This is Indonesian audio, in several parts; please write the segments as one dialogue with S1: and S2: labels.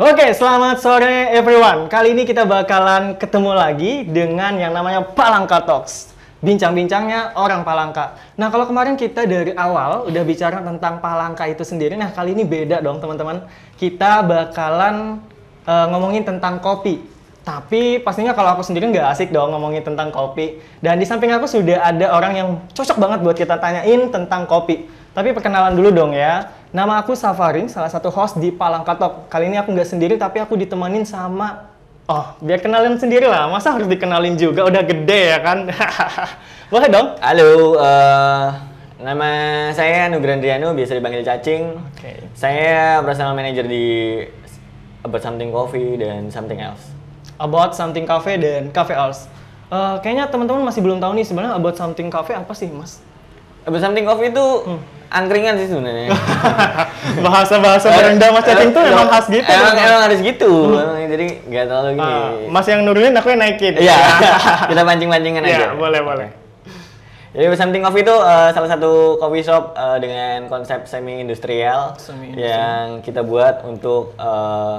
S1: Oke, selamat sore everyone. Kali ini kita bakalan ketemu lagi dengan yang namanya Palangka Talks. Bincang-bincangnya orang Palangka. Nah, kalau kemarin kita dari awal udah bicara tentang Palangka itu sendiri, nah kali ini beda dong teman-teman. Kita bakalan eh, ngomongin tentang kopi. Tapi pastinya kalau aku sendiri nggak asik dong ngomongin tentang kopi. Dan di samping aku sudah ada orang yang cocok banget buat kita tanyain tentang kopi. Tapi perkenalan dulu dong ya. Nama aku Safarin, salah satu host di Palangkatok. Kali ini aku nggak sendiri, tapi aku ditemanin sama... Oh, biar kenalin sendiri lah. Masa harus dikenalin juga? Udah gede ya kan? Boleh dong?
S2: Halo, eh, nama saya Nugra Andriano, biasa dipanggil Cacing.
S1: Oke.
S2: Saya personal manager di About Something Coffee dan Something Else.
S1: About Something Cafe dan Cafe Hours. Eh, kayaknya teman-teman masih belum tahu nih sebenarnya About Something Cafe apa sih, Mas?
S2: About Something Coffee itu
S1: Hmm.
S2: angkringan sih sebenarnya.
S1: Bahasa-bahasa berenda Mas Cacing tuh
S2: Eh,
S1: emang khas gitu.
S2: Emang,
S1: Mas. Hmm.
S2: emang harus gitu. Emang Jadi nggak terlalu gini.
S1: Ah, mas yang nurunin aku yang naikin.
S2: Iya, kita pancing-pancingan aja.
S1: Iya, boleh, boleh.
S2: Jadi About Something Coffee itu eh, salah satu coffee shop eh, dengan konsep semi industrial
S1: Semi-industrial.
S2: yang kita buat untuk eh,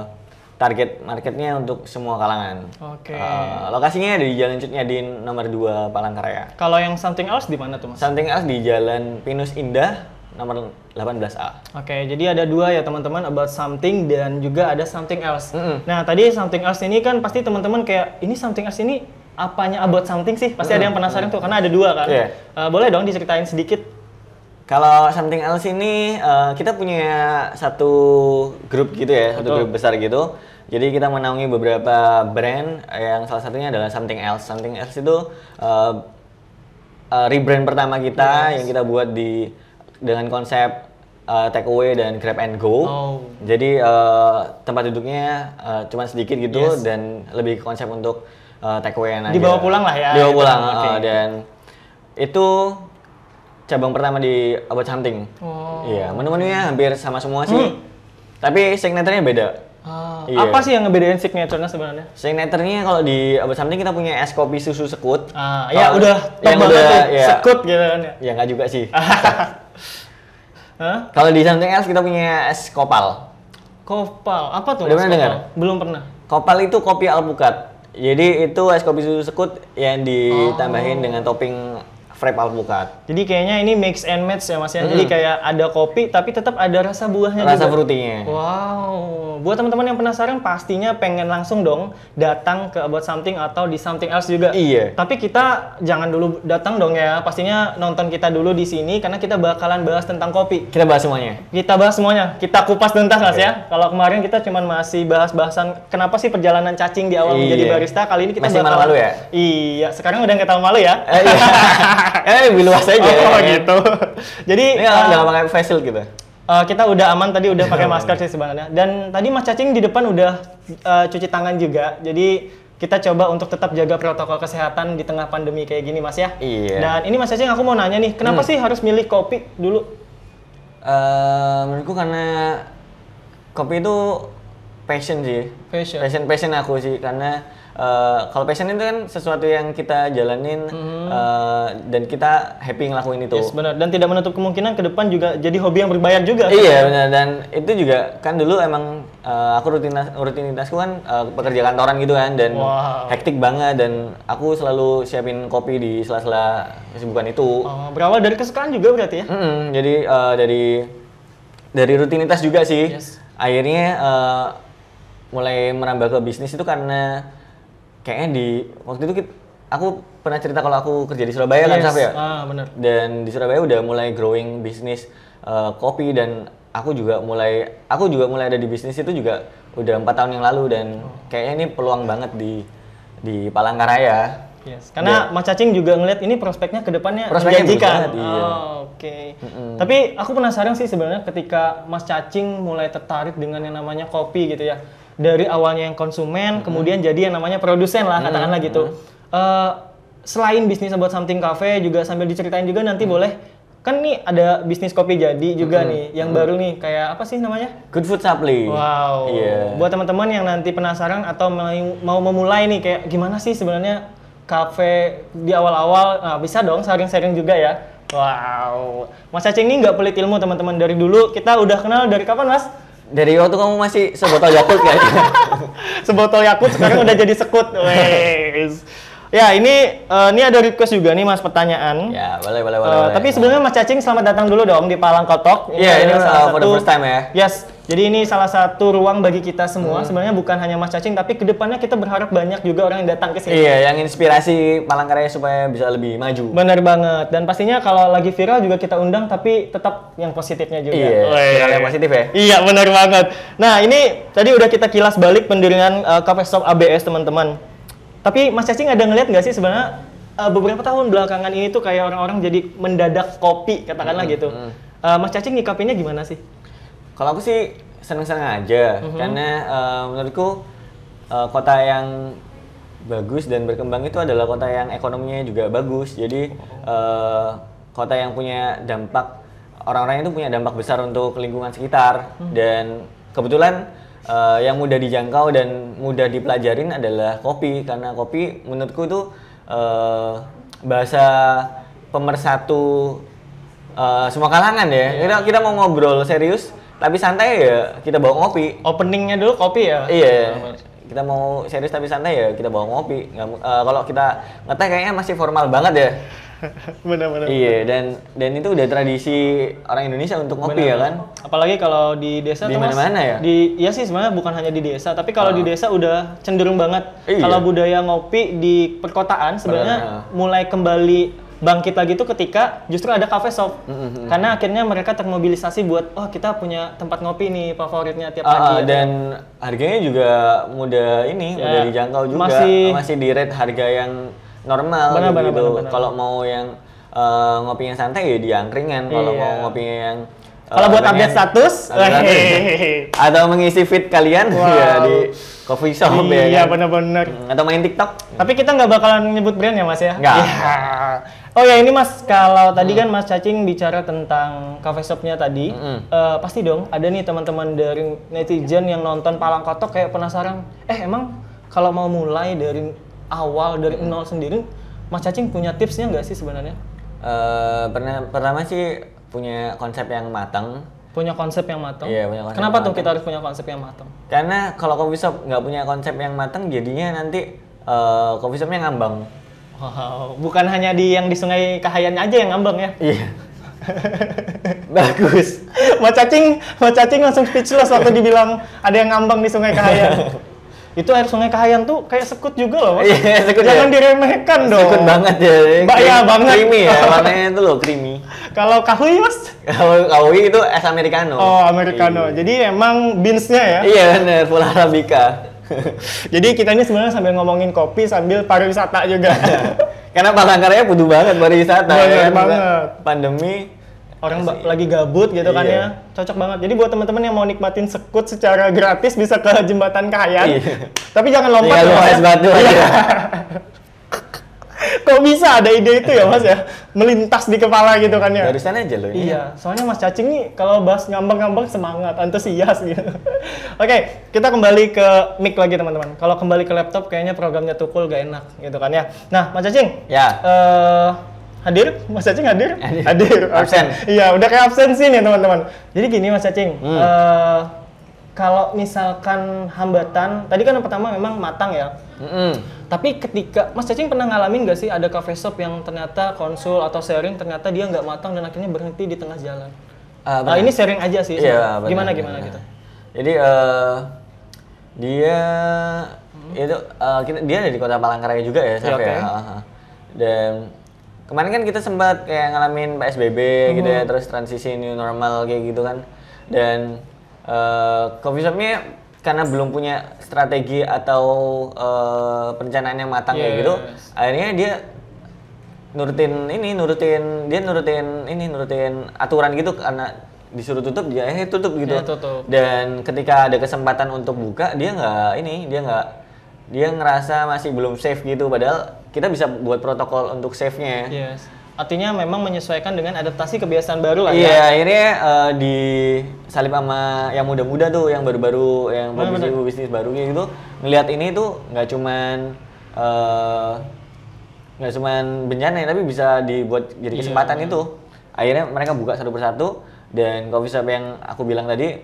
S2: target marketnya untuk semua kalangan.
S1: Oke.
S2: Eh, lokasinya ada di Jalan Cutnyadin nomor 2 Palangkaraya.
S1: Kalau yang something else di mana tuh, Mas?
S2: Something else di Jalan Pinus Indah nomor 18A.
S1: Oke, jadi ada dua ya teman-teman about something dan juga ada something else.
S2: Mm-mm.
S1: Nah, tadi something else ini kan pasti teman-teman kayak ini something else ini apanya about something sih? Pasti ada yang penasaran tuh karena ada dua kan.
S2: Iya.
S1: Eh, boleh dong diceritain sedikit?
S2: Kalau something else ini eh, kita punya satu grup gitu ya, satu
S1: Betul.
S2: grup besar gitu. Jadi kita menaungi beberapa brand eh, yang salah satunya adalah something else. Something else itu eh, eh, rebrand pertama kita yang kita buat di dengan konsep eh, take away dan grab and go.
S1: Oh.
S2: Jadi eh, tempat duduknya eh, cuma sedikit gitu
S1: Yes.
S2: dan lebih ke konsep untuk eh, take away aja.
S1: Dibawa pulang lah ya,
S2: Dibawa
S1: gitu.
S2: pulang
S1: Oke.
S2: eh, dan itu cabang pertama di About Something.
S1: Oh. Hmm.
S2: Iya, menu-menunya hampir sama semua sih. Tapi signaturenya beda. Iya.
S1: Apa sih yang ngebedain signature-nya sebenarnya?
S2: Signaturenya kalau di About Something kita punya es kopi susu sekut.
S1: Ah, ya
S2: Kalau
S1: udah top
S2: Oh, yang
S1: banget
S2: udah
S1: tuh.
S2: ya,
S1: Sekut gitu kan ya.
S2: ya nggak juga sih.
S1: Hah?
S2: kalau di Something Else kita punya es kopal.
S1: Kopal. Apa tuh?
S2: Udah
S1: Mas,
S2: pernah dengar?
S1: kopal? Belum pernah.
S2: Kopal itu kopi alpukat. Jadi itu es kopi susu sekut yang ditambahin dengan topping frappe alpukat.
S1: Jadi kayaknya ini mix and match ya Mas ya. Jadi kayak ada kopi tapi tetap ada rasa buahnya
S2: Rasa
S1: juga.
S2: fruitynya.
S1: Wow, buat teman-teman yang penasaran pastinya pengen langsung dong datang ke About Something atau di Something Else juga.
S2: Iya.
S1: Tapi kita jangan dulu datang dong ya, pastinya nonton kita dulu di sini karena kita bakalan bahas tentang kopi.
S2: Kita bahas semuanya.
S1: Kita bahas semuanya, kita kupas tuntas mas ya. Kalau kemarin kita cuman masih bahas-bahasan kenapa sih perjalanan cacing di awal menjadi
S2: Iya.
S1: barista, kali ini kita
S2: Masih
S1: bakalan-
S2: malu-malu ya?
S1: Iya, sekarang udah nggak tahu malu ya.
S2: Eh, iya. eh lebih luas aja.
S1: Oh,
S2: ya kan?
S1: gitu. Jadi
S2: Ini kalau
S1: eh,
S2: nggak pakai face shield gitu.
S1: Eh, kita udah aman tadi udah pakai masker sih sebenarnya. Dan tadi Mas Cacing di depan udah eh, cuci tangan juga. Jadi kita coba untuk tetap jaga protokol kesehatan di tengah pandemi kayak gini Mas ya.
S2: Iya. Hmm.
S1: Dan ini Mas Cacing aku mau nanya nih, kenapa sih harus milih kopi dulu?
S2: Eh, menurutku karena kopi itu passion sih.
S1: Passion.
S2: Passion passion aku sih karena eh, kalau passion itu kan sesuatu yang kita jalanin eh, dan kita happy ngelakuin itu.
S1: Yes, benar. Dan tidak menutup kemungkinan ke depan juga jadi hobi yang berbayar juga.
S2: Iya benar dan itu juga kan dulu emang eh, aku rutinitas rutinitasku kan eh, pekerja kantoran gitu kan dan
S1: Wow.
S2: hektik banget dan aku selalu siapin kopi di sela-sela kesibukan itu.
S1: Oh, berawal dari kesukaan juga berarti ya.
S2: Mm-mm, jadi eh, dari dari rutinitas juga sih.
S1: Yes.
S2: Akhirnya eh, mulai merambah ke bisnis itu karena kayaknya di waktu itu kit- aku pernah cerita kalau aku kerja di Surabaya kan
S1: Yes.
S2: Saf ya.
S1: Ah, benar.
S2: Dan di Surabaya udah mulai growing bisnis eh, kopi dan aku juga mulai aku juga mulai ada di bisnis itu juga udah empat tahun yang lalu dan kayaknya ini peluang banget di di Palangkaraya.
S1: Yes. Karena Mas Cacing juga ngeliat ini prospeknya ke depannya
S2: Iya. Prospeknya bagus
S1: menjanjikan.
S2: banget, iya.
S1: Oh, Oke. Tapi aku penasaran sih sebenarnya ketika Mas Cacing mulai tertarik dengan yang namanya kopi gitu ya. Dari awalnya yang konsumen, kemudian jadi yang namanya produsen lah katakanlah gitu. Eh, selain bisnis about something cafe juga sambil diceritain juga nanti boleh. Kan nih ada bisnis kopi jadi juga nih yang baru nih kayak apa sih namanya?
S2: Good Food Supply.
S1: Wow.
S2: Iya.
S1: Buat teman-teman yang nanti penasaran atau mau mau memulai nih kayak gimana sih sebenarnya kafe di awal-awal nah, bisa dong sharing-sharing juga ya. Wow, Mas Cacing ini nggak pelit ilmu teman-teman dari dulu. Kita udah kenal dari kapan Mas?
S2: Dari waktu kamu masih sebotol Yakult kayaknya.
S1: Sebotol Yakult sekarang udah jadi sekut. Wes. Ya ini eh, ini ada request juga nih Mas pertanyaan.
S2: ya, boleh, boleh,
S1: Eh,
S2: boleh. boleh.
S1: tapi sebelumnya Mas Cacing selamat datang dulu dong di Palang Kotok.
S2: Iya, ini
S1: adalah
S2: uh, for the first time ya.
S1: Yes, jadi ini salah satu ruang bagi kita semua.
S2: Hmm.
S1: Sebenarnya bukan hanya Mas Cacing, tapi kedepannya kita berharap banyak juga orang yang datang ke sini.
S2: Iya, yang inspirasi Palangkaraya supaya bisa lebih maju.
S1: Bener banget. Dan pastinya kalau lagi viral juga kita undang, tapi tetap yang positifnya juga.
S2: Iya, viral yang positif ya.
S1: Iya, bener banget. Nah, ini tadi udah kita kilas balik pendirian eh, Cafe Shop ABS, teman-teman. Tapi Mas Cacing ada ngeliat nggak sih sebenarnya eh, beberapa tahun belakangan ini tuh kayak orang-orang jadi mendadak kopi, katakanlah
S2: Hmm,
S1: gitu. Eh, Mas Cacing nyikapinnya gimana sih?
S2: Kalau aku sih seneng-seneng aja, karena eh, menurutku eh, kota yang bagus dan berkembang itu adalah kota yang ekonominya juga bagus. Jadi eh, kota yang punya dampak orang-orang itu punya dampak besar untuk lingkungan sekitar dan kebetulan eh, yang mudah dijangkau dan mudah dipelajarin adalah kopi karena kopi menurutku itu eh, bahasa pemersatu Eh, semua kalangan ya. Kita kita mau ngobrol serius, tapi santai ya. Kita bawa ngopi.
S1: Openingnya dulu kopi ya?
S2: Iya. Kita mau serius tapi santai ya. Kita bawa ngopi. Nggak mu- eh, kalau kita ngeteh kayaknya masih formal banget ya.
S1: Bener-bener.
S2: iya. Dan dan itu udah tradisi orang Indonesia untuk ngopi ya kan.
S1: Apalagi kalau di desa tuh,
S2: Di
S1: Mas,
S2: mana-mana ya? Oh.
S1: Di iya sih sebenarnya bukan hanya di desa, tapi kalau di desa udah cenderung banget.
S2: Iya.
S1: Kalau budaya ngopi di perkotaan sebenarnya mulai kembali bangkit lagi tuh ketika justru ada cafe shop.
S2: Mm-hmm,
S1: Karena akhirnya mereka termobilisasi buat oh kita punya tempat ngopi nih favoritnya tiap
S2: Ah, ah,
S1: pagi.
S2: dan harganya juga mudah ini,
S1: Ya,
S2: mudah dijangkau juga.
S1: masih-
S2: Masih, di rate harga yang normal
S1: Benar, benar,
S2: gitu.
S1: benar, benar.
S2: Kalau mau yang eh, ngopinya santai ya di angkringan. Kalau
S1: Iya.
S2: mau ngopinya yang eh,
S1: Kalau buat
S2: pengen-
S1: update status,
S2: update status.
S1: hehehe.
S2: atau mengisi feed kalian
S1: Wow.
S2: ya di coffee shop ya.
S1: iya
S2: kan?
S1: benar-benar.
S2: Hmm, Atau main TikTok.
S1: Tapi kita nggak bakalan nyebut brand ya mas ya?
S2: Nggak.
S1: Iya. Oh ya ini mas, kalau tadi kan mas Cacing bicara tentang cafe shopnya tadi,
S2: Mm-mm.
S1: eh, pasti dong ada nih teman-teman dari netizen yang nonton Palang Kotok kayak penasaran, eh emang kalau mau mulai dari awal dari nol sendiri, mas Cacing punya tipsnya nggak sih sebenarnya?
S2: Eh, pernah pertama sih punya konsep yang matang.
S1: Punya konsep yang matang.
S2: Iya, punya konsep
S1: Kenapa
S2: yang
S1: tuh kita harus punya konsep yang matang?
S2: Karena kalau coffee shop nggak punya konsep yang matang, jadinya nanti eh coffee shopnya ngambang.
S1: Wow, bukan hanya di yang di Sungai Kahayan aja yang ngambang ya?
S2: Iya. Bagus.
S1: Mas Cacing, Mas Cacing langsung speechless waktu dibilang ada yang ngambang di Sungai Kahayan. itu air Sungai Kahayan tuh kayak sekut juga loh, Mas.
S2: Iya, sekut
S1: Jangan
S2: ya.
S1: diremehkan dong.
S2: Sekut banget ya.
S1: Oh. Mbak, ya,
S2: Creamy-
S1: banget.
S2: Creamy ya, warnanya itu loh creamy.
S1: Kalau kahui, Mas?
S2: Kalau kawi itu es americano.
S1: Oh, americano. Jadi emang beansnya ya.
S2: Iya, iya benar, full arabica.
S1: Jadi kita ini sebenarnya sambil ngomongin kopi sambil pariwisata juga.
S2: Karena Palangkaraya butuh banget pariwisata.
S1: Bener
S2: ya kan?
S1: banget.
S2: Pandemi
S1: Orang ba- lagi gabut gitu kan
S2: Iya.
S1: ya. Cocok banget. Jadi buat teman-teman yang mau nikmatin sekut secara gratis bisa ke Jembatan Kahayan.
S2: Iya.
S1: Tapi jangan lompat ya,
S2: tinggal
S1: Mas,
S2: luas
S1: ya.
S2: batu aja.
S1: Kok bisa ada ide itu ya, Mas ya? Melintas di kepala gitu kan ya.
S2: Barusan aja loh. ini.
S1: Iya, soalnya Mas Cacing nih kalau bahas ngambang-ngambang semangat, antusias gitu. Oke, kita kembali ke mic lagi teman-teman. Kalau kembali ke laptop kayaknya programnya tukul gak enak gitu kan ya. Nah, Mas Cacing.
S2: Ya.
S1: eh, hadir? Mas Cacing hadir?
S2: Hadir.
S1: Oke.
S2: Absen.
S1: Iya, udah kayak absensi nih teman-teman. Jadi gini Mas Cacing,
S2: Hmm.
S1: eh, kalau misalkan hambatan, tadi kan yang pertama memang matang ya.
S2: Mm-mm.
S1: Tapi ketika Mas Cacing pernah ngalamin nggak sih ada cafe shop yang ternyata konsul atau sharing ternyata dia nggak matang dan akhirnya berhenti di tengah jalan.
S2: Ah,
S1: Nah, ini sharing aja sih.
S2: Iya,
S1: sebenarnya.
S2: benar,
S1: gimana gimana
S2: benar.
S1: gitu.
S2: Jadi eh, dia itu eh, kita- dia ada di Kota Palangkaraya juga ya,
S1: Iya,
S2: Saf
S1: oke.
S2: ya. Ah, ah. Dan kemarin kan kita sempat kayak ngalamin PSBB gitu
S1: Hmm.
S2: ya, terus transisi new normal kayak gitu kan. Dan eh coffee shopnya karena belum punya strategi atau eh, perencanaan yang matang
S1: Iya,
S2: kayak gitu, akhirnya dia nurutin ini nurutin dia nurutin ini nurutin aturan gitu karena disuruh tutup dia eh tutup gitu
S1: Ya, tutup.
S2: dan ketika ada kesempatan untuk buka dia nggak ini dia nggak dia ngerasa masih belum safe gitu padahal kita bisa buat protokol untuk ya. safe nya
S1: Yes. Artinya memang menyesuaikan dengan adaptasi kebiasaan baru lah ya.
S2: iya akhirnya eh, disalip sama yang muda-muda tuh yang baru-baru yang pebisnis pebisnis baru kayak gitu ngelihat ini tuh nggak cuman eh nggak cuman bencana ya, tapi bisa dibuat jadi
S1: Iya,
S2: kesempatan itu. Akhirnya mereka buka satu persatu dan coffee shop yang aku bilang tadi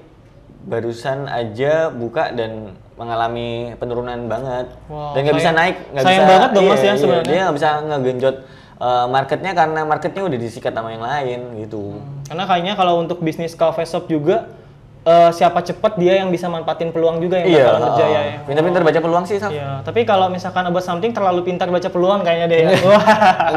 S2: barusan aja buka dan mengalami penurunan banget
S1: Wow,
S2: dan nggak bisa
S1: sayang-
S2: naik nggak
S1: sayang
S2: bisa-
S1: banget dong,
S2: iya,
S1: Mas, ya,
S2: iya,
S1: sebenarnya.
S2: dia nggak bisa ngegenjot eh, marketnya karena marketnya udah disikat sama yang lain gitu
S1: Karena kayaknya kalau untuk bisnis coffee shop juga eh, siapa cepat dia yang bisa manfaatin peluang juga yang
S2: Iya,
S1: bakal berjaya ya.
S2: pintar-pintar baca peluang sih, Saf.
S1: Iya, tapi kalau misalkan about something terlalu pintar baca peluang kayaknya deh. ya. Wah.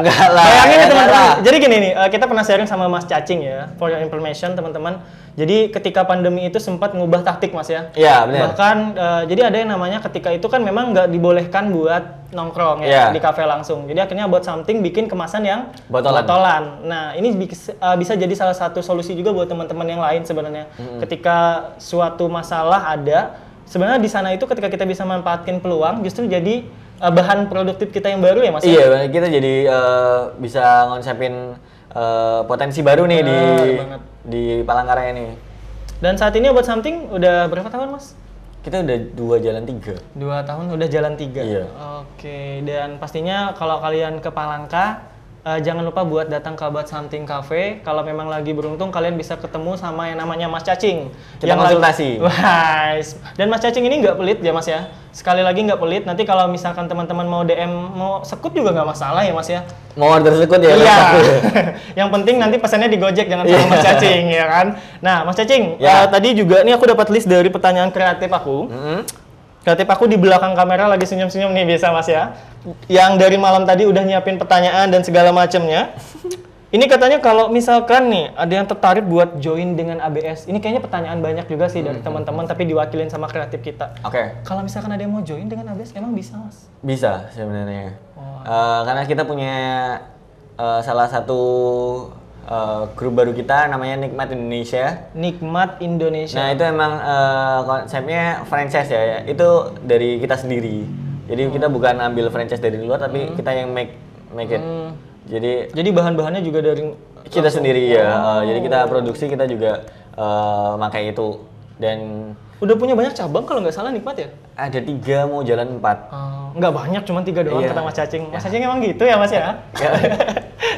S2: Enggak Iya. lah,
S1: Bayangin nih
S2: enggak
S1: teman-teman.
S2: lah.
S1: Jadi gini nih, eh, kita pernah sharing sama Mas Cacing ya, for your information teman-teman. Jadi ketika pandemi itu sempat ngubah taktik Mas ya.
S2: Iya, benar.
S1: Bahkan eh, jadi ada yang namanya ketika itu kan memang nggak dibolehkan buat nongkrong ya
S2: Iya.
S1: di kafe langsung. Jadi akhirnya buat something bikin kemasan yang
S2: Botolan.
S1: Nah, ini bi- eh, bisa jadi salah satu solusi juga buat teman-teman yang lain sebenarnya. Ketika suatu masalah ada, sebenarnya di sana itu ketika kita bisa manfaatkan peluang justru jadi eh, bahan produktif kita yang baru ya Mas.
S2: Iya, bener. kita jadi eh, bisa ngonsepin eh, potensi baru nih di
S1: Bener banget.
S2: di Palangkaraya nih.
S1: Dan saat ini buat something udah berapa tahun Mas?
S2: Kita udah dua jalan tiga.
S1: Dua tahun udah jalan tiga.
S2: Iya.
S1: Oke, dan pastinya kalau kalian ke Palangka, eh, jangan lupa buat datang ke About Something Cafe. Kalau memang lagi beruntung, kalian bisa ketemu sama yang namanya Mas Cacing. Yang
S2: Kita
S1: lagi-
S2: konsultasi.
S1: Wah, dan Mas Cacing ini nggak pelit ya Mas ya. Sekali lagi nggak pelit. Nanti kalau misalkan teman-teman mau DM, mau sekut juga nggak masalah ya Mas ya.
S2: Mau order sekut ya?
S1: Iya. yang penting nanti pesannya di Gojek jangan sama Mas Cacing ya kan. Nah, Mas Cacing,
S2: Iya. Ya.
S1: eh, tadi juga nih aku dapat list dari pertanyaan kreatif aku.
S2: Mm-mm.
S1: Kreatif aku di belakang kamera lagi senyum-senyum nih biasa mas ya. Yang dari malam tadi udah nyiapin pertanyaan dan segala macemnya. Ini katanya kalau misalkan nih ada yang tertarik buat join dengan ABS. Ini kayaknya pertanyaan banyak juga sih
S2: Hmm.
S1: dari teman-teman tapi diwakilin sama kreatif kita.
S2: Oke,
S1: Kalau misalkan ada yang mau join dengan ABS emang bisa mas?
S2: bisa sebenarnya. Eh, karena kita punya eh, salah satu eh, grup baru kita namanya Nikmat Indonesia.
S1: Nikmat Indonesia.
S2: Nah itu emang eh, konsepnya franchise ya, ya. Itu dari kita sendiri. Jadi kita
S1: Hmm.
S2: bukan ambil franchise dari luar, tapi kita yang make make it.
S1: Hmm.
S2: Jadi
S1: Jadi bahan-bahannya juga dari
S2: kita sendiri
S1: Oh.
S2: ya. eh, jadi kita produksi kita juga eh, pakai itu dan
S1: udah punya banyak cabang kalau nggak salah Nikmat ya?
S2: ada tiga mau jalan empat.
S1: Eh, nggak banyak, cuma tiga doang
S2: Iya.
S1: kata Mas Cacing. Mas Cacing emang gitu ya Mas ya?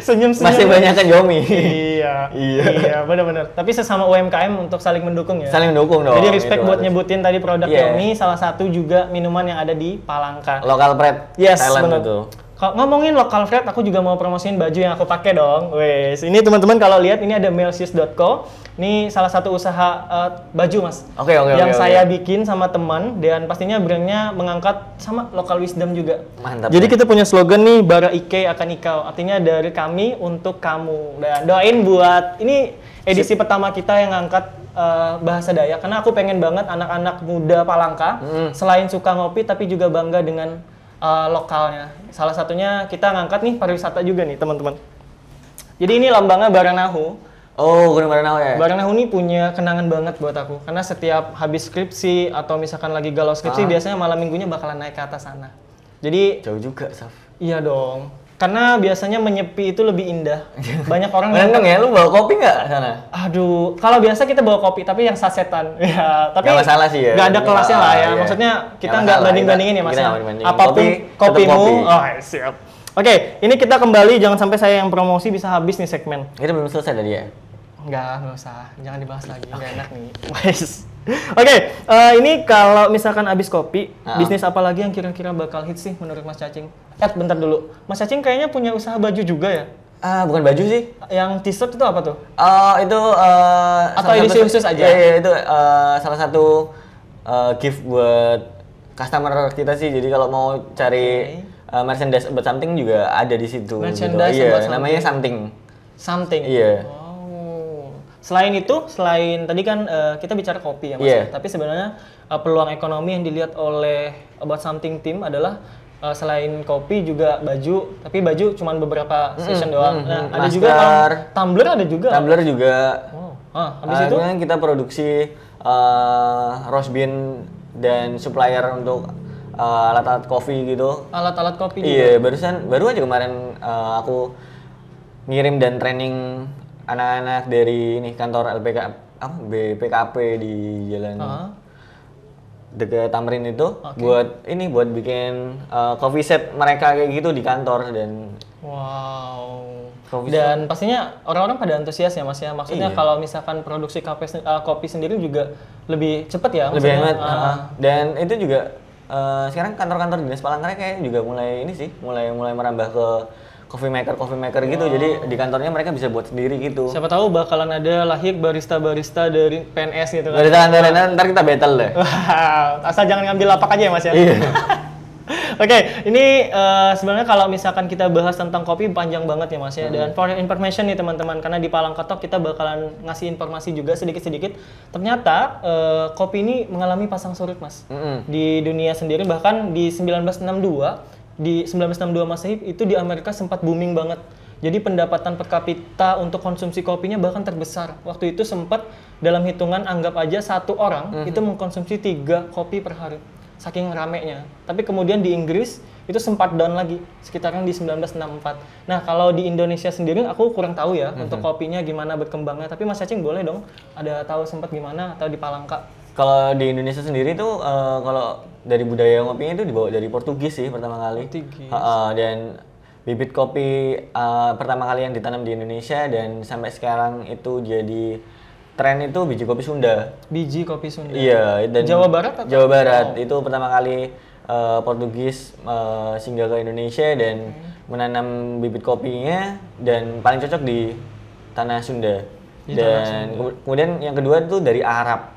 S1: Senyum-senyum.
S2: Masih banyak kan Yomi.
S1: iya
S2: Iya.
S1: iya benar-benar tapi sesama UMKM untuk saling mendukung ya
S2: Saling dukung dong.
S1: jadi respect
S2: itu
S1: buat
S2: harus.
S1: nyebutin tadi produk
S2: Iya.
S1: Yomi salah satu juga minuman yang ada di Palangka
S2: Local pride
S1: yes
S2: Thailand
S1: benar
S2: itu.
S1: kalau ngomongin lokal fred aku juga mau promosiin baju yang aku pakai dong wes ini teman-teman kalau lihat ini ada melsius.co ini salah satu usaha eh, baju mas
S2: Oke Oh, oke oke.
S1: yang
S2: oke.
S1: saya bikin sama teman dan pastinya brandnya mengangkat sama local wisdom juga
S2: mantap.
S1: jadi kita punya slogan nih bara Ike akan ikau. Artinya dari kami untuk kamu. Dan doain buat ini edisi pertama kita yang ngangkat eh, bahasa Dayak karena aku pengen banget anak-anak muda Palangka selain suka ngopi tapi juga bangga dengan eh, lokalnya. Salah satunya kita ngangkat nih pariwisata juga nih, teman-teman. Jadi ini lambangnya Baranahu.
S2: Oh, Gunung Baranau ya.
S1: Baranahu ini punya kenangan banget buat aku karena setiap habis skripsi atau misalkan lagi galau skripsi biasanya malam minggunya bakalan naik ke atas sana. Jadi
S2: Jauh juga, Saf.
S1: Iya dong. Karena biasanya menyepi itu lebih indah. Banyak orang yang
S2: Menenteng ya, lu bawa kopi nggak sana?
S1: aduh, kalau biasa kita bawa kopi tapi yang sasetan. Ya, tapi
S2: Nggak masalah sih ya.
S1: nggak ada kelasnya lah ya.
S2: Iya.
S1: Maksudnya kita
S2: Nggak
S1: nggak
S2: masalah,
S1: banding-bandingin
S2: kita-
S1: ya Mas.
S2: kita
S1: ya.
S2: nggak banding-bandingin.
S1: Apapun
S2: Kopi,
S1: kopimu.
S2: tetap kopi.
S1: Oh, siap. Oke, ini kita kembali jangan sampai saya yang promosi bisa habis nih segmen.
S2: Kita belum selesai tadi ya?
S1: Enggak, enggak usah. Jangan dibahas lagi. Enggak enak nih. Wes. Oke, eh, ini kalau misalkan habis kopi,
S2: Ah.
S1: bisnis apa lagi yang kira-kira bakal hits sih menurut Mas Cacing? Eh, bentar dulu. Mas Cacing kayaknya punya usaha baju juga ya?
S2: Ah, bukan baju sih.
S1: Yang t-shirt itu apa tuh?
S2: Oh, itu eh,
S1: Atau
S2: salah
S1: edisi
S2: satu-
S1: khusus aja?
S2: Iya, iya, itu eh, salah satu eh, gift buat customer kita sih. Jadi kalau mau cari eh, merchandise about something juga ada di situ.
S1: Merchandise about
S2: gitu. Iya,
S1: something.
S2: namanya something.
S1: Something.
S2: Iya.
S1: Oh. Selain itu, selain tadi kan eh, kita bicara kopi ya Mas. ya?
S2: Iya.
S1: Tapi sebenarnya eh, peluang ekonomi yang dilihat oleh About Something Team adalah eh, selain kopi juga baju, tapi baju cuman beberapa season doang.
S2: mm,
S1: Nah,
S2: mm.
S1: ada juga
S2: Masker.
S1: tumbler ada juga.
S2: Tumbler juga.
S1: Oh. Ah, habis
S2: Eh,
S1: itu
S2: kemudian kita produksi eh roast bean dan supplier untuk eh, alat-alat kopi gitu.
S1: alat-alat kopi juga.
S2: Iya, barusan baru aja kemarin eh, aku ngirim dan training anak-anak dari ini kantor LPK apa BPKP di jalan
S1: Ah.
S2: dekat Tamrin itu buat ini buat bikin eh, coffee set mereka kayak gitu di kantor dan
S1: Wow.
S2: Kopi
S1: Dan pastinya orang-orang pada antusias ya Mas ya. Maksudnya
S2: Iya.
S1: kalau misalkan produksi kopi, sen- eh, kopi sendiri juga lebih cepat ya.
S2: lebih
S1: maksudnya.
S2: hemat
S1: Ah.
S2: ah. dan itu juga eh, sekarang kantor-kantor dinas Palangkaraya kayak juga mulai ini sih mulai mulai merambah ke coffee maker coffee maker gitu jadi di kantornya mereka bisa buat sendiri gitu
S1: Siapa tahu bakalan ada lahir barista-barista dari PNS gitu kan.
S2: dari tangan tangan ntar kita battle deh
S1: Wow, asal jangan ngambil lapak aja ya Mas ya.
S2: Iya.
S1: Oke, ini eh, sebenarnya kalau misalkan kita bahas tentang kopi panjang banget ya Mas ya. Dan for your information nih teman-teman, karena di Palangketok kita bakalan ngasih informasi juga sedikit-sedikit. Ternyata eh, kopi ini mengalami pasang surut Mas.
S2: Mm-mm.
S1: Di dunia sendiri bahkan di 1962, di 1962 Masehi itu di Amerika sempat booming banget. Jadi pendapatan per kapita untuk konsumsi kopinya bahkan terbesar. Waktu itu sempat dalam hitungan anggap aja satu orang itu mengkonsumsi tiga kopi per hari. Saking ramenya. Tapi kemudian di Inggris itu sempat down lagi sekitaran di 1964. Nah kalau di Indonesia sendiri aku kurang tahu ya untuk kopinya gimana berkembangnya. Tapi Mas Cacing boleh dong ada tahu sempat gimana atau di Palangka.
S2: kalau di Indonesia sendiri tuh eh, kalau dari budaya ngopinya itu dibawa dari Portugis sih pertama kali
S1: Portugis.
S2: Ha-ha, dan bibit kopi eh, pertama kali yang ditanam di Indonesia dan sampai sekarang itu jadi tren itu biji kopi Sunda
S1: Biji kopi Sunda.
S2: Iya, dan
S1: Jawa Barat atau-
S2: Jawa Barat itu pertama kali eh, Portugis eh, singgah ke Indonesia dan menanam bibit kopinya dan paling cocok di tanah Sunda.
S1: Di
S2: dan
S1: tanah
S2: ke- kemudian yang kedua itu dari Arab.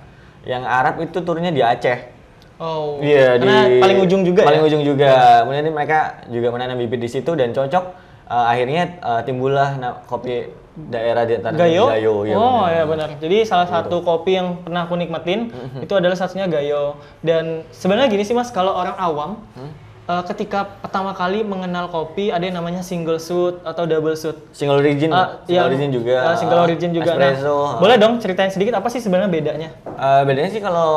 S2: Yang Arab itu turunnya di Aceh.
S1: Oh.
S2: Iya,
S1: Karena
S2: di
S1: paling ujung juga
S2: Paling
S1: ya.
S2: ujung juga. Kemudian ini mereka juga menanam bibit di situ dan cocok eh, akhirnya eh, timbullah na- kopi daerah di tanah
S1: Gayo.
S2: Gayo iya
S1: oh
S2: benar.
S1: ya benar. Jadi salah satu kopi yang pernah aku nikmatin itu adalah satunya Gayo. Dan sebenarnya gini sih Mas, kalau orang awam
S2: Hmm?
S1: eh, ketika pertama kali mengenal kopi ada yang namanya single shoot atau double shoot.
S2: Single origin,
S1: Ah,
S2: Iya, single
S1: yang-
S2: origin juga.
S1: ah, single
S2: ah,
S1: origin juga. Nah,
S2: Espresso. ah.
S1: boleh dong ceritain sedikit apa sih sebenarnya bedanya?
S2: Eh, bedanya sih kalau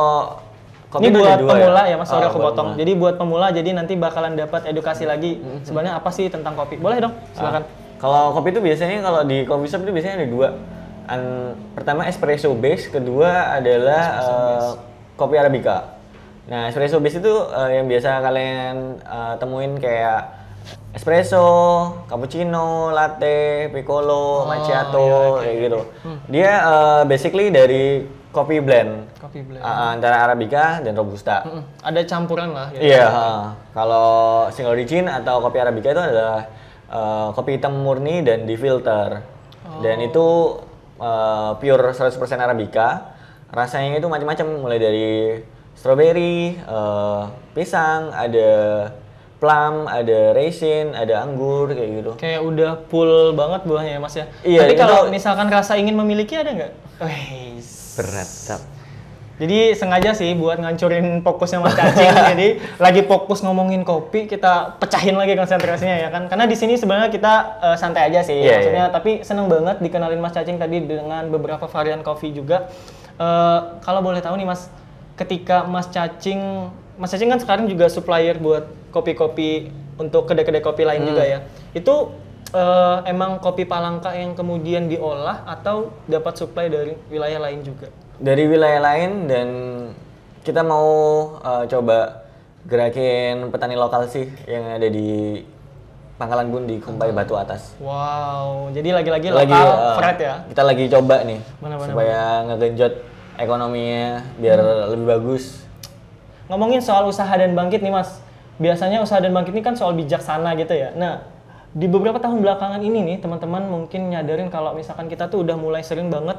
S1: Ini
S2: kopi itu
S1: buat
S2: ada dua
S1: pemula ya, Mas, sorry
S2: Ah,
S1: aku
S2: buat
S1: potong.
S2: pemula.
S1: Jadi buat pemula jadi nanti bakalan dapat edukasi lagi sebenarnya apa sih tentang kopi. Boleh dong, silakan.
S2: Ah. Kalau kopi itu biasanya kalau di coffee shop itu biasanya ada dua. An- pertama espresso base, kedua adalah eh, kopi arabica. Nah, espresso base itu eh, yang biasa kalian eh, temuin kayak espresso, cappuccino, latte,
S1: Oh,
S2: piccolo,
S1: iya,
S2: macchiato, kayak gitu.
S1: Hmm.
S2: Dia eh, basically dari kopi blend
S1: Kopi blend.
S2: eh, antara arabica dan robusta.
S1: Mm-mm. Ada campuran lah. gitu.
S2: Iya, heeh. kalau single origin atau kopi arabica itu adalah eh, kopi hitam murni dan difilter. Dan itu eh, pure 100% arabica. Rasanya itu macam-macam mulai dari strawberry, eh, pisang, ada plum, ada raisin, ada anggur kayak gitu.
S1: Kayak udah full banget buahnya ya mas ya.
S2: Iya,
S1: Tapi
S2: itu-
S1: kalau misalkan rasa ingin memiliki ada nggak? Wes.
S2: Berat,
S1: Jadi sengaja sih buat ngancurin fokusnya Mas Cacing. Jadi lagi fokus ngomongin kopi, kita pecahin lagi konsentrasinya ya kan. Karena di sini sebenarnya kita eh, santai aja sih.
S2: Iya,
S1: maksudnya tapi seneng banget dikenalin Mas Cacing tadi dengan beberapa varian kopi juga. Eh, kalau boleh tahu nih Mas, ketika Mas Cacing Mas Cacing kan sekarang juga supplier buat kopi-kopi untuk kedai-kedai kopi lain juga
S2: Hmm.
S1: ya. Itu eh, emang kopi Palangka yang kemudian diolah atau dapat supply dari wilayah lain juga?
S2: dari wilayah lain dan kita mau uh, coba gerakin petani lokal sih yang ada di Pangkalan Bun di Kumpai Batu Atas.
S1: Wow, jadi lagi-lagi
S2: Kita
S1: lokal
S2: uh,
S1: Fred ya.
S2: Kita lagi coba nih
S1: Benar-benar.
S2: supaya ngegenjot ekonominya biar
S1: Hmm.
S2: lebih bagus.
S1: Ngomongin soal usaha dan bangkit nih Mas. Biasanya usaha dan bangkit ini kan soal bijaksana gitu ya. Nah, di beberapa tahun belakangan ini nih teman-teman mungkin nyadarin kalau misalkan kita tuh udah mulai sering banget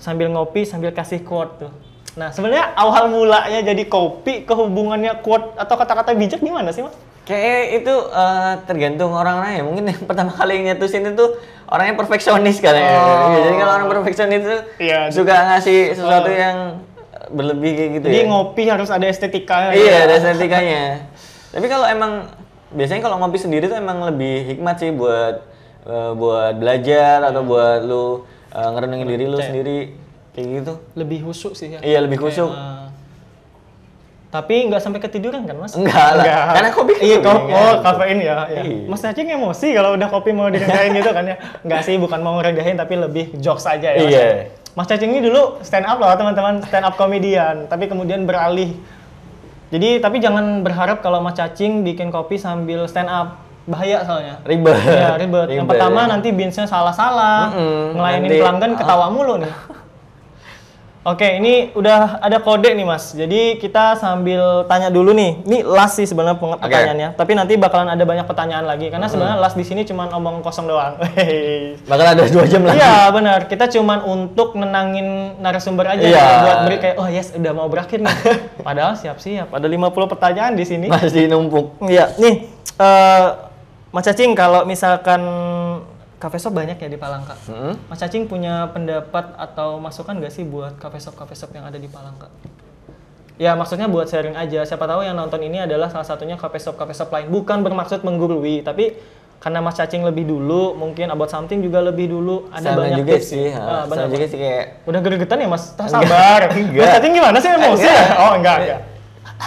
S1: sambil ngopi sambil kasih quote tuh. Nah, sebenarnya awal mulanya jadi kopi kehubungannya quote atau kata-kata bijak gimana sih Mas?
S2: Kayak itu uh, tergantung orang-orang ya. Mungkin yang pertama kali yang nyetusin itu orangnya perfeksionis kali ya.
S1: Oh.
S2: Jadi kalau orang perfeksionis itu
S1: Iya. Oh.
S2: suka ngasih sesuatu yang berlebih kayak gitu ya.
S1: Jadi ngopi harus ada estetika.
S2: Iya, ada estetikanya. Tapi kalau emang biasanya kalau ngopi sendiri tuh emang lebih hikmat sih buat eh, buat belajar atau
S1: Hmm.
S2: buat lu eh, ngerenungin diri lu sendiri kayak gitu.
S1: Lebih husuk sih ya.
S2: Iya, lebih kusuk.
S1: Nah, tapi nggak sampai ketiduran kan Mas?
S2: Enggak lah. Karena kopi kan
S1: Iya, ko-
S2: kepingan.
S1: oh, kafein ya. ya.
S2: Iya.
S1: Mas Cacing emosi kalau udah kopi mau direndahin gitu kan ya. Enggak sih, bukan mau ngerendahin tapi lebih jokes aja ya. Mas.
S2: Iya.
S1: Mas Cacing ini dulu stand up loh teman-teman, stand up komedian, tapi kemudian beralih. Jadi, tapi jangan berharap kalau Mas Cacing bikin kopi sambil stand up. bahaya soalnya.
S2: Ribet.
S1: Ya, ribet. Yang pertama nanti binsnya salah-salah,
S2: Mm-mm,
S1: ngelayanin
S2: nanti- Ah.
S1: pelanggan ketawa mulu nih. Oke, ini udah ada kode nih mas. Jadi kita sambil tanya dulu nih. Ini last sih sebenarnya peng-
S2: Oke.
S1: pertanyaannya. Tapi nanti bakalan ada banyak pertanyaan lagi. Karena sebenarnya last di sini cuma omong kosong doang.
S2: bakal ada dua jam lagi.
S1: Iya benar. Kita cuman untuk nenangin narasumber aja
S2: Iya.
S1: buat beri kayak oh yes udah mau berakhir nih. Padahal siap-siap ada 50 pertanyaan di sini.
S2: Masih numpuk.
S1: Iya, nih eh Mas Cacing kalau misalkan kafe shop banyak ya di Palangka.
S2: Mm-mm.
S1: Mas Cacing punya pendapat atau masukan nggak sih buat kafe shop kafe shop yang ada di Palangka? Ya maksudnya buat sharing aja. Siapa tahu yang nonton ini adalah salah satunya kafe shop kafe shop lain. Bukan bermaksud menggurui, tapi karena Mas Cacing lebih dulu, mungkin about something juga lebih dulu. Ada
S2: sama
S1: banyak
S2: juga
S1: tips.
S2: sih,
S1: Ah,
S2: ha,
S1: benar,
S2: sama juga
S1: Mas.
S2: sih kayak
S1: Udah gregetan ya Mas? Tah, Sabar.
S2: Enggak.
S1: Mas Cacing gimana sih emosi? ya?
S2: Enggak.
S1: Oh enggak enggak.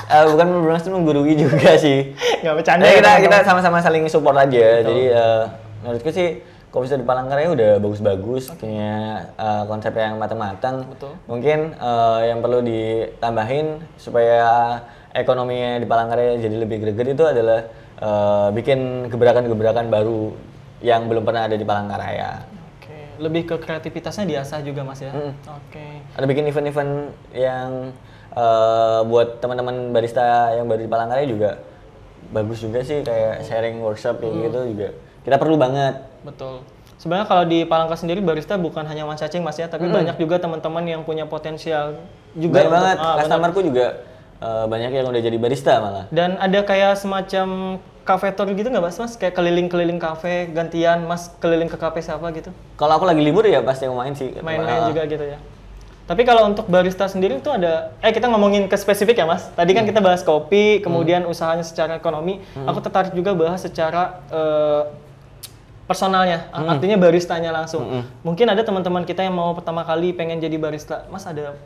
S2: eh, bukan bermaksud menggurui juga sih.
S1: Enggak bercanda. ya,
S2: Ya, kita kita
S1: teman-teman.
S2: sama-sama saling support aja. Jadi eh, menurutku sih komputer di Palangkaraya udah bagus-bagus, punya eh, konsep yang matang-matang.
S1: Betul.
S2: Mungkin eh, yang perlu ditambahin supaya ekonominya di Palangkaraya jadi lebih greget itu adalah eh, bikin gebrakan-gebrakan baru yang belum pernah ada di Palangkaraya.
S1: Oke, lebih ke kreativitasnya diasah juga mas ya.
S2: Mm.
S1: Oke.
S2: Ada bikin event-event yang eh, buat teman-teman barista yang baru di Palangkaraya juga bagus juga sih kayak sharing workshop kayak
S1: Hmm.
S2: gitu juga. Kita perlu banget
S1: Betul. Sebenarnya kalau di Palangka sendiri barista bukan hanya Mas Cacing Mas ya, tapi banyak juga teman-teman yang punya potensial juga
S2: banyak
S1: untuk-
S2: banget
S1: Ah, benar.
S2: customerku juga eh, banyak yang udah jadi barista malah
S1: Dan ada kayak semacam cafe tour gitu nggak mas? Mas kayak keliling-keliling kafe, gantian Mas keliling ke kafe siapa gitu,
S2: kalau aku lagi libur ya pasti aku main sih
S1: main-main
S2: Eh,
S1: juga gitu ya. Tapi kalau untuk barista sendiri itu ada, eh kita ngomongin ke spesifik ya mas. Tadi kan
S2: Hmm.
S1: kita bahas kopi, kemudian usahanya secara ekonomi. Aku tertarik juga bahas secara eh, personalnya, a-
S2: Hmm.
S1: artinya baristanya langsung. Mungkin ada teman-teman kita yang mau pertama kali pengen jadi barista, Mas ada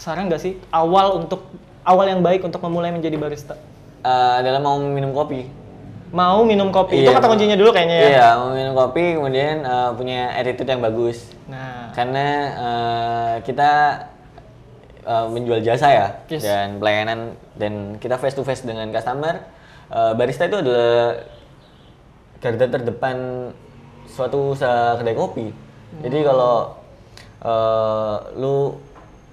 S1: saran nggak sih awal untuk awal yang baik untuk memulai menjadi barista?
S2: eh, adalah mau minum kopi
S1: Mau minum kopi itu
S2: Iya.
S1: kata kuncinya dulu kayaknya ya.
S2: iya mau minum kopi kemudian eh, punya attitude yang bagus
S1: Nah,
S2: karena eh, kita eh, menjual jasa ya
S1: Yes.
S2: dan pelayanan dan kita face to face dengan customer Eh, barista itu adalah garda terdepan suatu usaha kedai kopi jadi
S1: Hmm.
S2: kalau eh, lu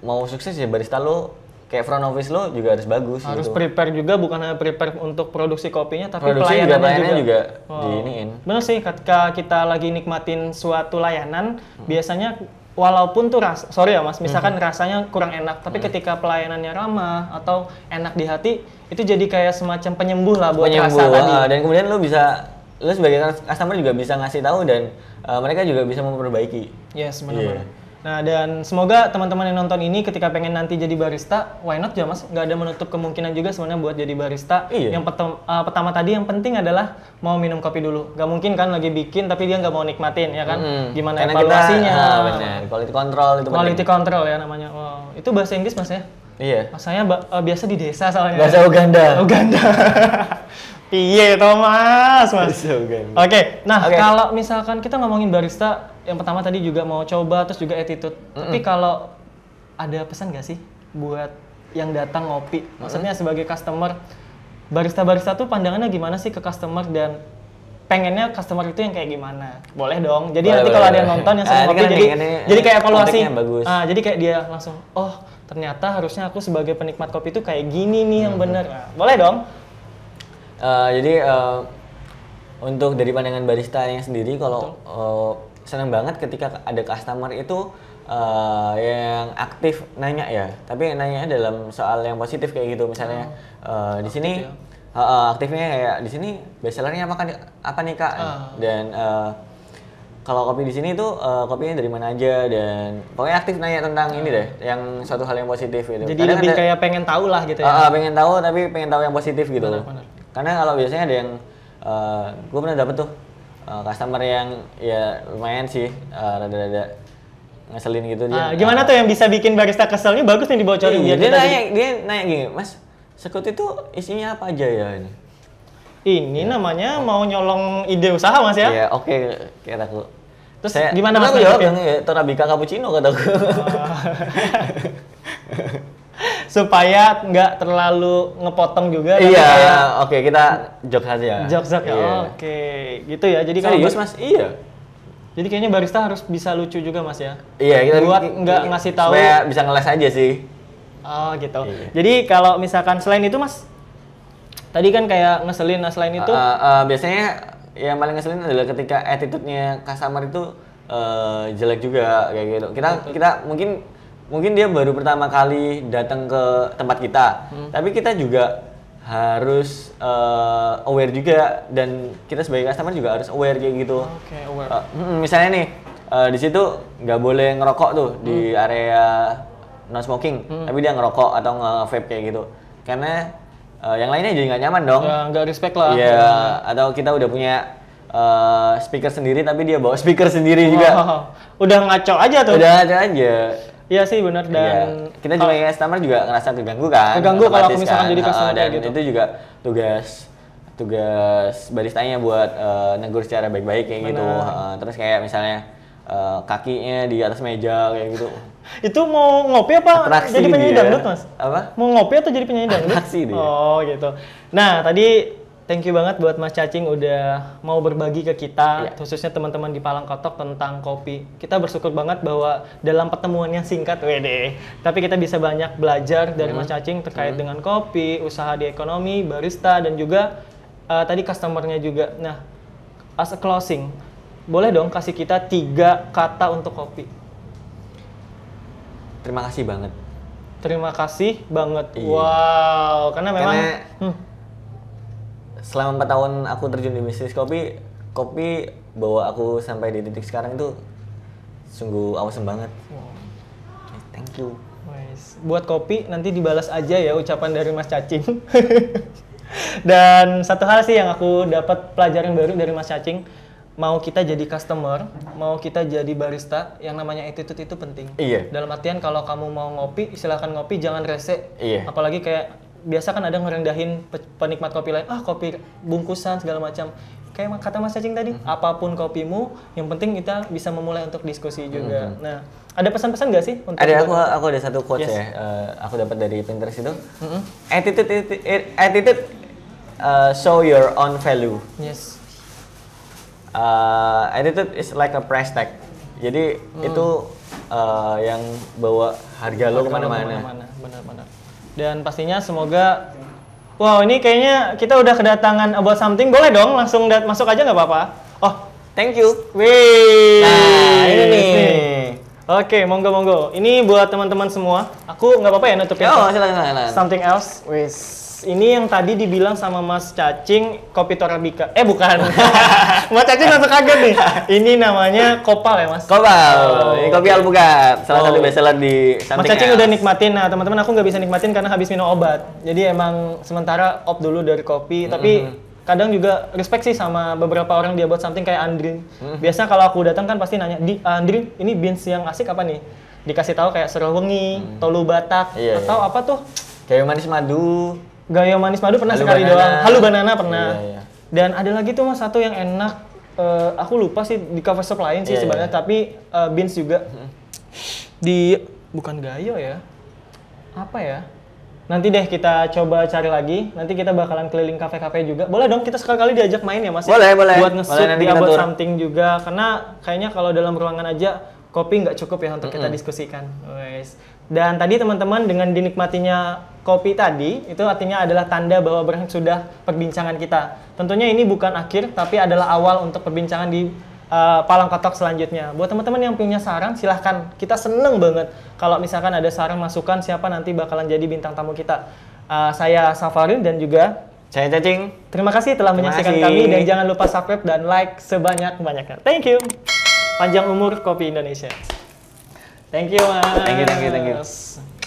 S2: mau sukses ya barista lu kayak front office lu juga harus bagus
S1: harus
S2: gitu
S1: prepare juga bukan hanya prepare untuk produksi kopinya tapi
S2: Produksi juga,
S1: pelayanannya
S2: pelayanannya juga
S1: Wow.
S2: diiniin.
S1: Bener sih ketika kita lagi nikmatin suatu layanan
S2: Hmm.
S1: biasanya walaupun tuh ras sorry ya Mas misalkan rasanya kurang enak
S2: Hmm.
S1: tapi ketika pelayanannya ramah atau enak di hati itu jadi kayak semacam penyembuh lah buat rasa
S2: Penyembuh,
S1: tadi.
S2: ah, dan kemudian lu bisa lu sebagai customer juga bisa ngasih tahu dan eh, mereka juga bisa memperbaiki
S1: Yes,
S2: Iya.
S1: benar-benar. Nah, dan semoga teman-teman yang nonton ini ketika pengen nanti jadi barista, why not ya mas? Nggak ada menutup kemungkinan juga sebenarnya buat jadi barista.
S2: Iya.
S1: Yang pertem- eh, pertama tadi yang penting adalah mau minum kopi dulu. Nggak mungkin kan lagi bikin tapi dia nggak mau nikmatin, ya kan?
S2: Mm-mm.
S1: Gimana
S2: Hmm. Karena
S1: evaluasinya?
S2: Kita, ah, benar. Quality control itu penting.
S1: Quality control ya namanya. Wow, itu bahasa Inggris mas ya?
S2: Iya.
S1: Mas saya ba- eh, biasa di desa soalnya.
S2: Bahasa Uganda.
S1: Uganda. Piye Thomas, mas?
S2: Bahasa Uganda.
S1: Oke, nah
S2: Oke.
S1: kalau misalkan kita ngomongin barista, yang pertama tadi juga mau coba, terus juga attitude. Tapi kalau ada pesan nggak sih buat yang datang ngopi? Maksudnya sebagai customer, barista-barista tuh pandangannya gimana sih ke customer dan pengennya customer itu yang kayak gimana? Boleh dong. Jadi
S2: Boleh,
S1: nanti
S2: boleh,
S1: kalau ada yang
S2: boleh.
S1: nonton yang sering
S2: Ah, ini
S1: ngopi,
S2: kan
S1: jadi
S2: ini- ini,
S1: jadi kayak
S2: eh,
S1: evaluasi.
S2: konteksnya bagus.
S1: Ah, jadi kayak dia langsung, oh ternyata harusnya aku sebagai penikmat kopi itu kayak gini nih yang bener. Nah, boleh dong.
S2: Eh, jadi eh, untuk dari pandangan barista yang sendiri kalau eh, senang banget ketika ada customer itu eh, yang aktif nanya ya tapi nanya dalam soal yang positif kayak gitu misalnya eh,
S1: Hmm.
S2: di sini
S1: ya.
S2: eh, eh, aktifnya kayak di sini bestsellernya apa kan- apa nih kak
S1: Ah.
S2: dan eh, kalau kopi di sini itu eh, kopinya dari mana aja dan pokoknya aktif nanya tentang ini deh yang satu hal yang positif gitu
S1: Jadi
S2: Kadang
S1: lebih
S2: ada-
S1: kayak pengen tahu lah gitu ya.
S2: Ah, ah, pengen tahu tapi pengen tahu yang positif gitu.
S1: Benar, benar.
S2: Karena kalau biasanya ada yang gue pernah dapet tuh eh, customer yang ya lumayan sih eh, rada-rada ngeselin gitu dia.
S1: Ah, gimana tuh yang bisa bikin barista kesel ini bagus nih dibocorin
S2: Iya,
S1: biar
S2: dia
S1: kita
S2: nanya, dia nanya gini, Mas, sekut itu isinya apa aja ya ini?
S1: Ini namanya mau nyolong ide usaha mas ya?
S2: Iya, oke, kata aku.
S1: Terus gimana,
S2: terus
S1: Mas,
S2: Aku jawab
S1: nanggepin?
S2: yang ya, Torabika cappuccino kata aku.
S1: Ah. supaya nggak terlalu ngepotong juga tapi
S2: iya,
S1: kayak
S2: oke kita jokes aja.
S1: jokes-jokes ya.
S2: Iya.
S1: Oke, gitu ya. Jadi kalau
S2: Serius mas? Iya.
S1: jadi kayaknya barista harus bisa lucu juga Mas ya.
S2: Iya kita
S1: Buat nggak ngasih tahu.
S2: Supaya bisa ngeles aja sih.
S1: Oh, gitu.
S2: Iya.
S1: Jadi kalau misalkan selain itu Mas Tadi kan kayak ngeselin, nah selain itu
S2: Eh, eh, biasanya yang paling ngeselin adalah ketika attitude-nya customer itu eh, jelek juga kayak gitu. Kita kita mungkin mungkin dia baru pertama kali datang ke tempat kita, tapi kita juga harus eh, aware juga dan kita sebagai customer juga harus aware kayak gitu.
S1: Oke, aware.
S2: Eh, mm, misalnya nih eh, di situ nggak boleh ngerokok tuh di area non smoking, tapi dia ngerokok atau nge-vape kayak gitu. Karena eh, yang lainnya jadi nggak nyaman dong.
S1: ya nggak respect lah.
S2: Iya, atau kita udah punya eh, speaker sendiri tapi dia bawa speaker sendiri juga.
S1: Oh, udah ngaco aja tuh.
S2: Udah ada aja.
S1: Iya sih benar
S2: Iya.
S1: dan
S2: kita juga ya customer juga ngerasa terganggu kan.
S1: Terganggu kalau
S2: otomatis
S1: aku misalkan jadi
S2: Heeh,
S1: customer
S2: dan
S1: kayak gitu.
S2: itu juga tugas tugas baristanya buat eh, negur secara baik-baik kayak gitu. Heeh, terus kayak misalnya eh, kakinya di atas meja kayak gitu.
S1: itu mau ngopi apa Oh,
S2: Atraksi
S1: jadi penyanyi
S2: dia.
S1: dangdut mas?
S2: Apa?
S1: Mau ngopi atau jadi penyanyi dangdut?
S2: Atraksi dia.
S1: Oh gitu. Nah tadi thank you banget buat Mas Cacing udah mau berbagi ke kita
S2: Iya.
S1: khususnya teman-teman di Palangkotok tentang kopi. Kita bersyukur banget bahwa dalam pertemuannya singkat WD, tapi kita bisa banyak belajar dari
S2: Iya.
S1: Mas Cacing terkait dengan kopi, usaha di ekonomi, barista dan juga eh, tadi customernya juga. Nah as a closing boleh dong kasih kita tiga kata untuk kopi.
S2: Terima kasih banget.
S1: Terima kasih banget.
S2: Iya.
S1: Wow, karena memang
S2: Karena
S1: hmm,
S2: selama 4 tahun aku terjun di bisnis kopi, kopi bawa aku sampai di titik sekarang itu sungguh awesome banget.
S1: wow.
S2: Thank you.
S1: Wes. buat kopi nanti dibalas aja ya ucapan dari Mas Cacing. Dan satu hal sih yang aku dapat pelajaran baru dari Mas Cacing, mau kita jadi customer, mau kita jadi barista, yang namanya attitude itu penting.
S2: Iya.
S1: Dalam artian kalau kamu mau ngopi, silahkan ngopi, jangan rese.
S2: Iya.
S1: Apalagi kayak biasa kan ada ngerendahin pe- penikmat kopi lain, ah kopi bungkusan segala macam. Kayak kata Mas Cacing
S2: Hmm.
S1: tadi, apapun kopimu, yang penting kita bisa memulai untuk diskusi juga. Nah, ada pesan-pesan nggak sih untuk
S2: Hmm. Ada
S1: buat-
S2: aku aku ada satu quotes
S1: Yes.
S2: ya. eh, aku dapat dari Pinterest itu. Attitude atti- attitude eh, show your own value.
S1: Yes.
S2: Eh, attitude is like a price tag. Jadi itu eh, yang bawa Mm. harga lo kemana-mana.
S1: Benar-benar. Dan pastinya semoga Wow, ini kayaknya kita udah kedatangan About Something. Boleh dong langsung dat- masuk aja nggak apa-apa? Oh,
S2: Thank you.
S1: wih.
S2: Nah, ini nih.
S1: Oke, monggo monggo. Ini buat teman-teman semua. Aku nggak apa-apa ya nutupin.
S2: Oh, silakan silakan.
S1: Something else. Wis. Ini yang tadi dibilang sama Mas Cacing kopi Torabika. Eh bukan. Mas Cacing langsung kaget nih. Ini namanya kopal ya, Mas?
S2: Kopal,
S1: Oh,
S2: ini kopi alpukat, salah
S1: Oh.
S2: satu bestseller di
S1: Mas
S2: samping ya.
S1: Cacing
S2: L.
S1: udah nikmatin, nah teman-teman aku nggak bisa nikmatin karena habis minum obat. Jadi emang sementara op dulu dari kopi, tapi kadang juga respect sih sama beberapa orang dia buat something kayak Andrin. Biasa kalau aku datang kan pasti nanya, di Andrin ini beans yang asik apa nih? Dikasih tahu kayak serawengi, tolu batak,
S2: Iya,
S1: atau apa tuh
S2: Kayu manis madu.
S1: gaya manis madu pernah
S2: Halu
S1: sekali
S2: banana.
S1: doang. Halu banana pernah.
S2: Iya, iya.
S1: Dan ada lagi tuh mas satu yang enak, eh, aku lupa sih di cover shop lain sih
S2: Iya,
S1: sebenarnya,
S2: iya.
S1: tapi eh, beans juga di bukan gayo ya apa ya nanti deh kita coba cari lagi nanti kita bakalan keliling kafe-kafe juga boleh dong kita sekali-kali diajak main ya mas ya?
S2: Boleh, boleh.
S1: buat ngesut
S2: Boleh, nanti
S1: di
S2: kita
S1: about
S2: tur.
S1: something juga karena kayaknya kalau dalam ruangan aja kopi nggak cukup ya untuk kita diskusikan Wes. dan tadi teman-teman dengan dinikmatinya kopi tadi itu artinya adalah tanda bahwa berang sudah perbincangan kita tentunya ini bukan akhir tapi adalah awal untuk perbincangan di eh, palang kotak selanjutnya. Buat teman-teman yang punya saran, silahkan. Kita seneng banget kalau misalkan ada saran masukan siapa nanti bakalan jadi bintang tamu kita. Eh, saya Safarin dan juga
S2: Saya cacing.
S1: terima kasih telah
S2: Terima
S1: menyaksikan
S2: kasih.
S1: kami dan jangan lupa subscribe dan like sebanyak banyaknya. Thank you. Panjang umur kopi Indonesia. Thank you mas.
S2: Thank you, thank you, thank you.